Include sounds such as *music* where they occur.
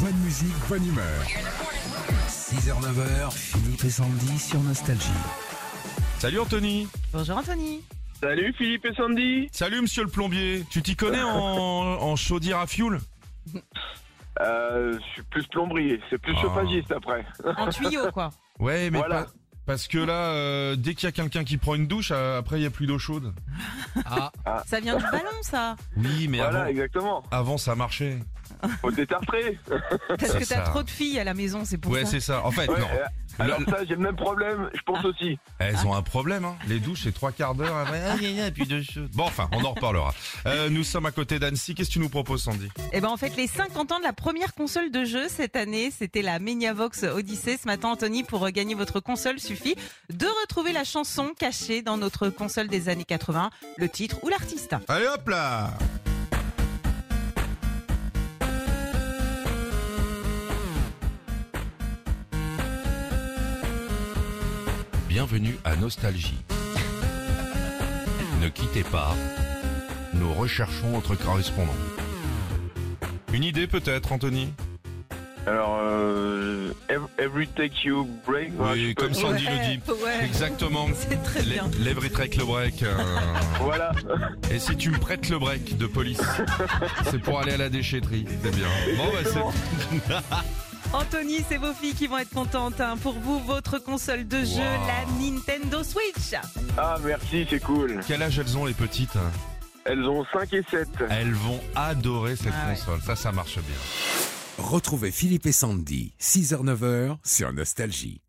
Bonne musique, bonne humeur. 6h, 9h, Philippe et Sandy sur Nostalgie. Salut Anthony Bonjour Anthony. Salut Philippe et Sandy. Salut monsieur le plombier Tu t'y connais en, en chaudière à fioul Euh, je suis plus plombrier, c'est plus Ah. chauffagiste après. Un tuyau quoi. Ouais mais Voilà. pas- parce que là, euh, dès qu'il y a quelqu'un qui prend une douche, euh, après il y a plus d'eau chaude. Ça vient du ballon ça. Oui mais voilà, avant, exactement. avant, ça marchait. Faut détartrer. Parce C'est que t'as ça. trop de filles à la maison, c'est pour Ouais ça. c'est ça, en fait *laughs* Ouais, non. euh, Alors ça, j'ai le même problème, je pense aussi. Elles ont un problème, hein. les douches c'est trois quarts d'heure après. Ah, gna, gna, puis deux choses. Bon enfin, on en reparlera. Euh, nous sommes à côté d'Annecy, qu'est-ce que tu nous proposes Sandy Et ben en fait les 50 ans de la première console de jeu cette année, c'était la Mediavox Odyssey. Ce matin Anthony, pour euh, gagner votre console, suffit de retrouver la chanson cachée dans notre console des années 80, le titre ou l'artiste. Allez hop là Bienvenue à Nostalgie. Ne quittez pas, nous recherchons votre correspondant. Une idée peut-être, Anthony Alors, euh, ev- every take you break. voilà, Oui, je peux- comme Sandy le dit. Ouais. Exactement. Euh, C'est très Lè- bien. Lèvres et trek le break. euh. Voilà, *laughs* Et si tu me prêtes le break de police, c'est pour aller à la déchetterie. C'est bien. Bon, bah, c'est- Anthony, c'est vos filles qui vont être contentes. hein. Pour vous, votre console de jeu, Wow. la Nintendo Switch. ah merci, c'est cool. Quel âge elles ont les petites hein Elles ont 5 et 7. Elles vont adorer cette Ah ouais. console. Ça, ça marche bien. Retrouvez Philippe et Sandy, 6h, 9h sur Nostalgie.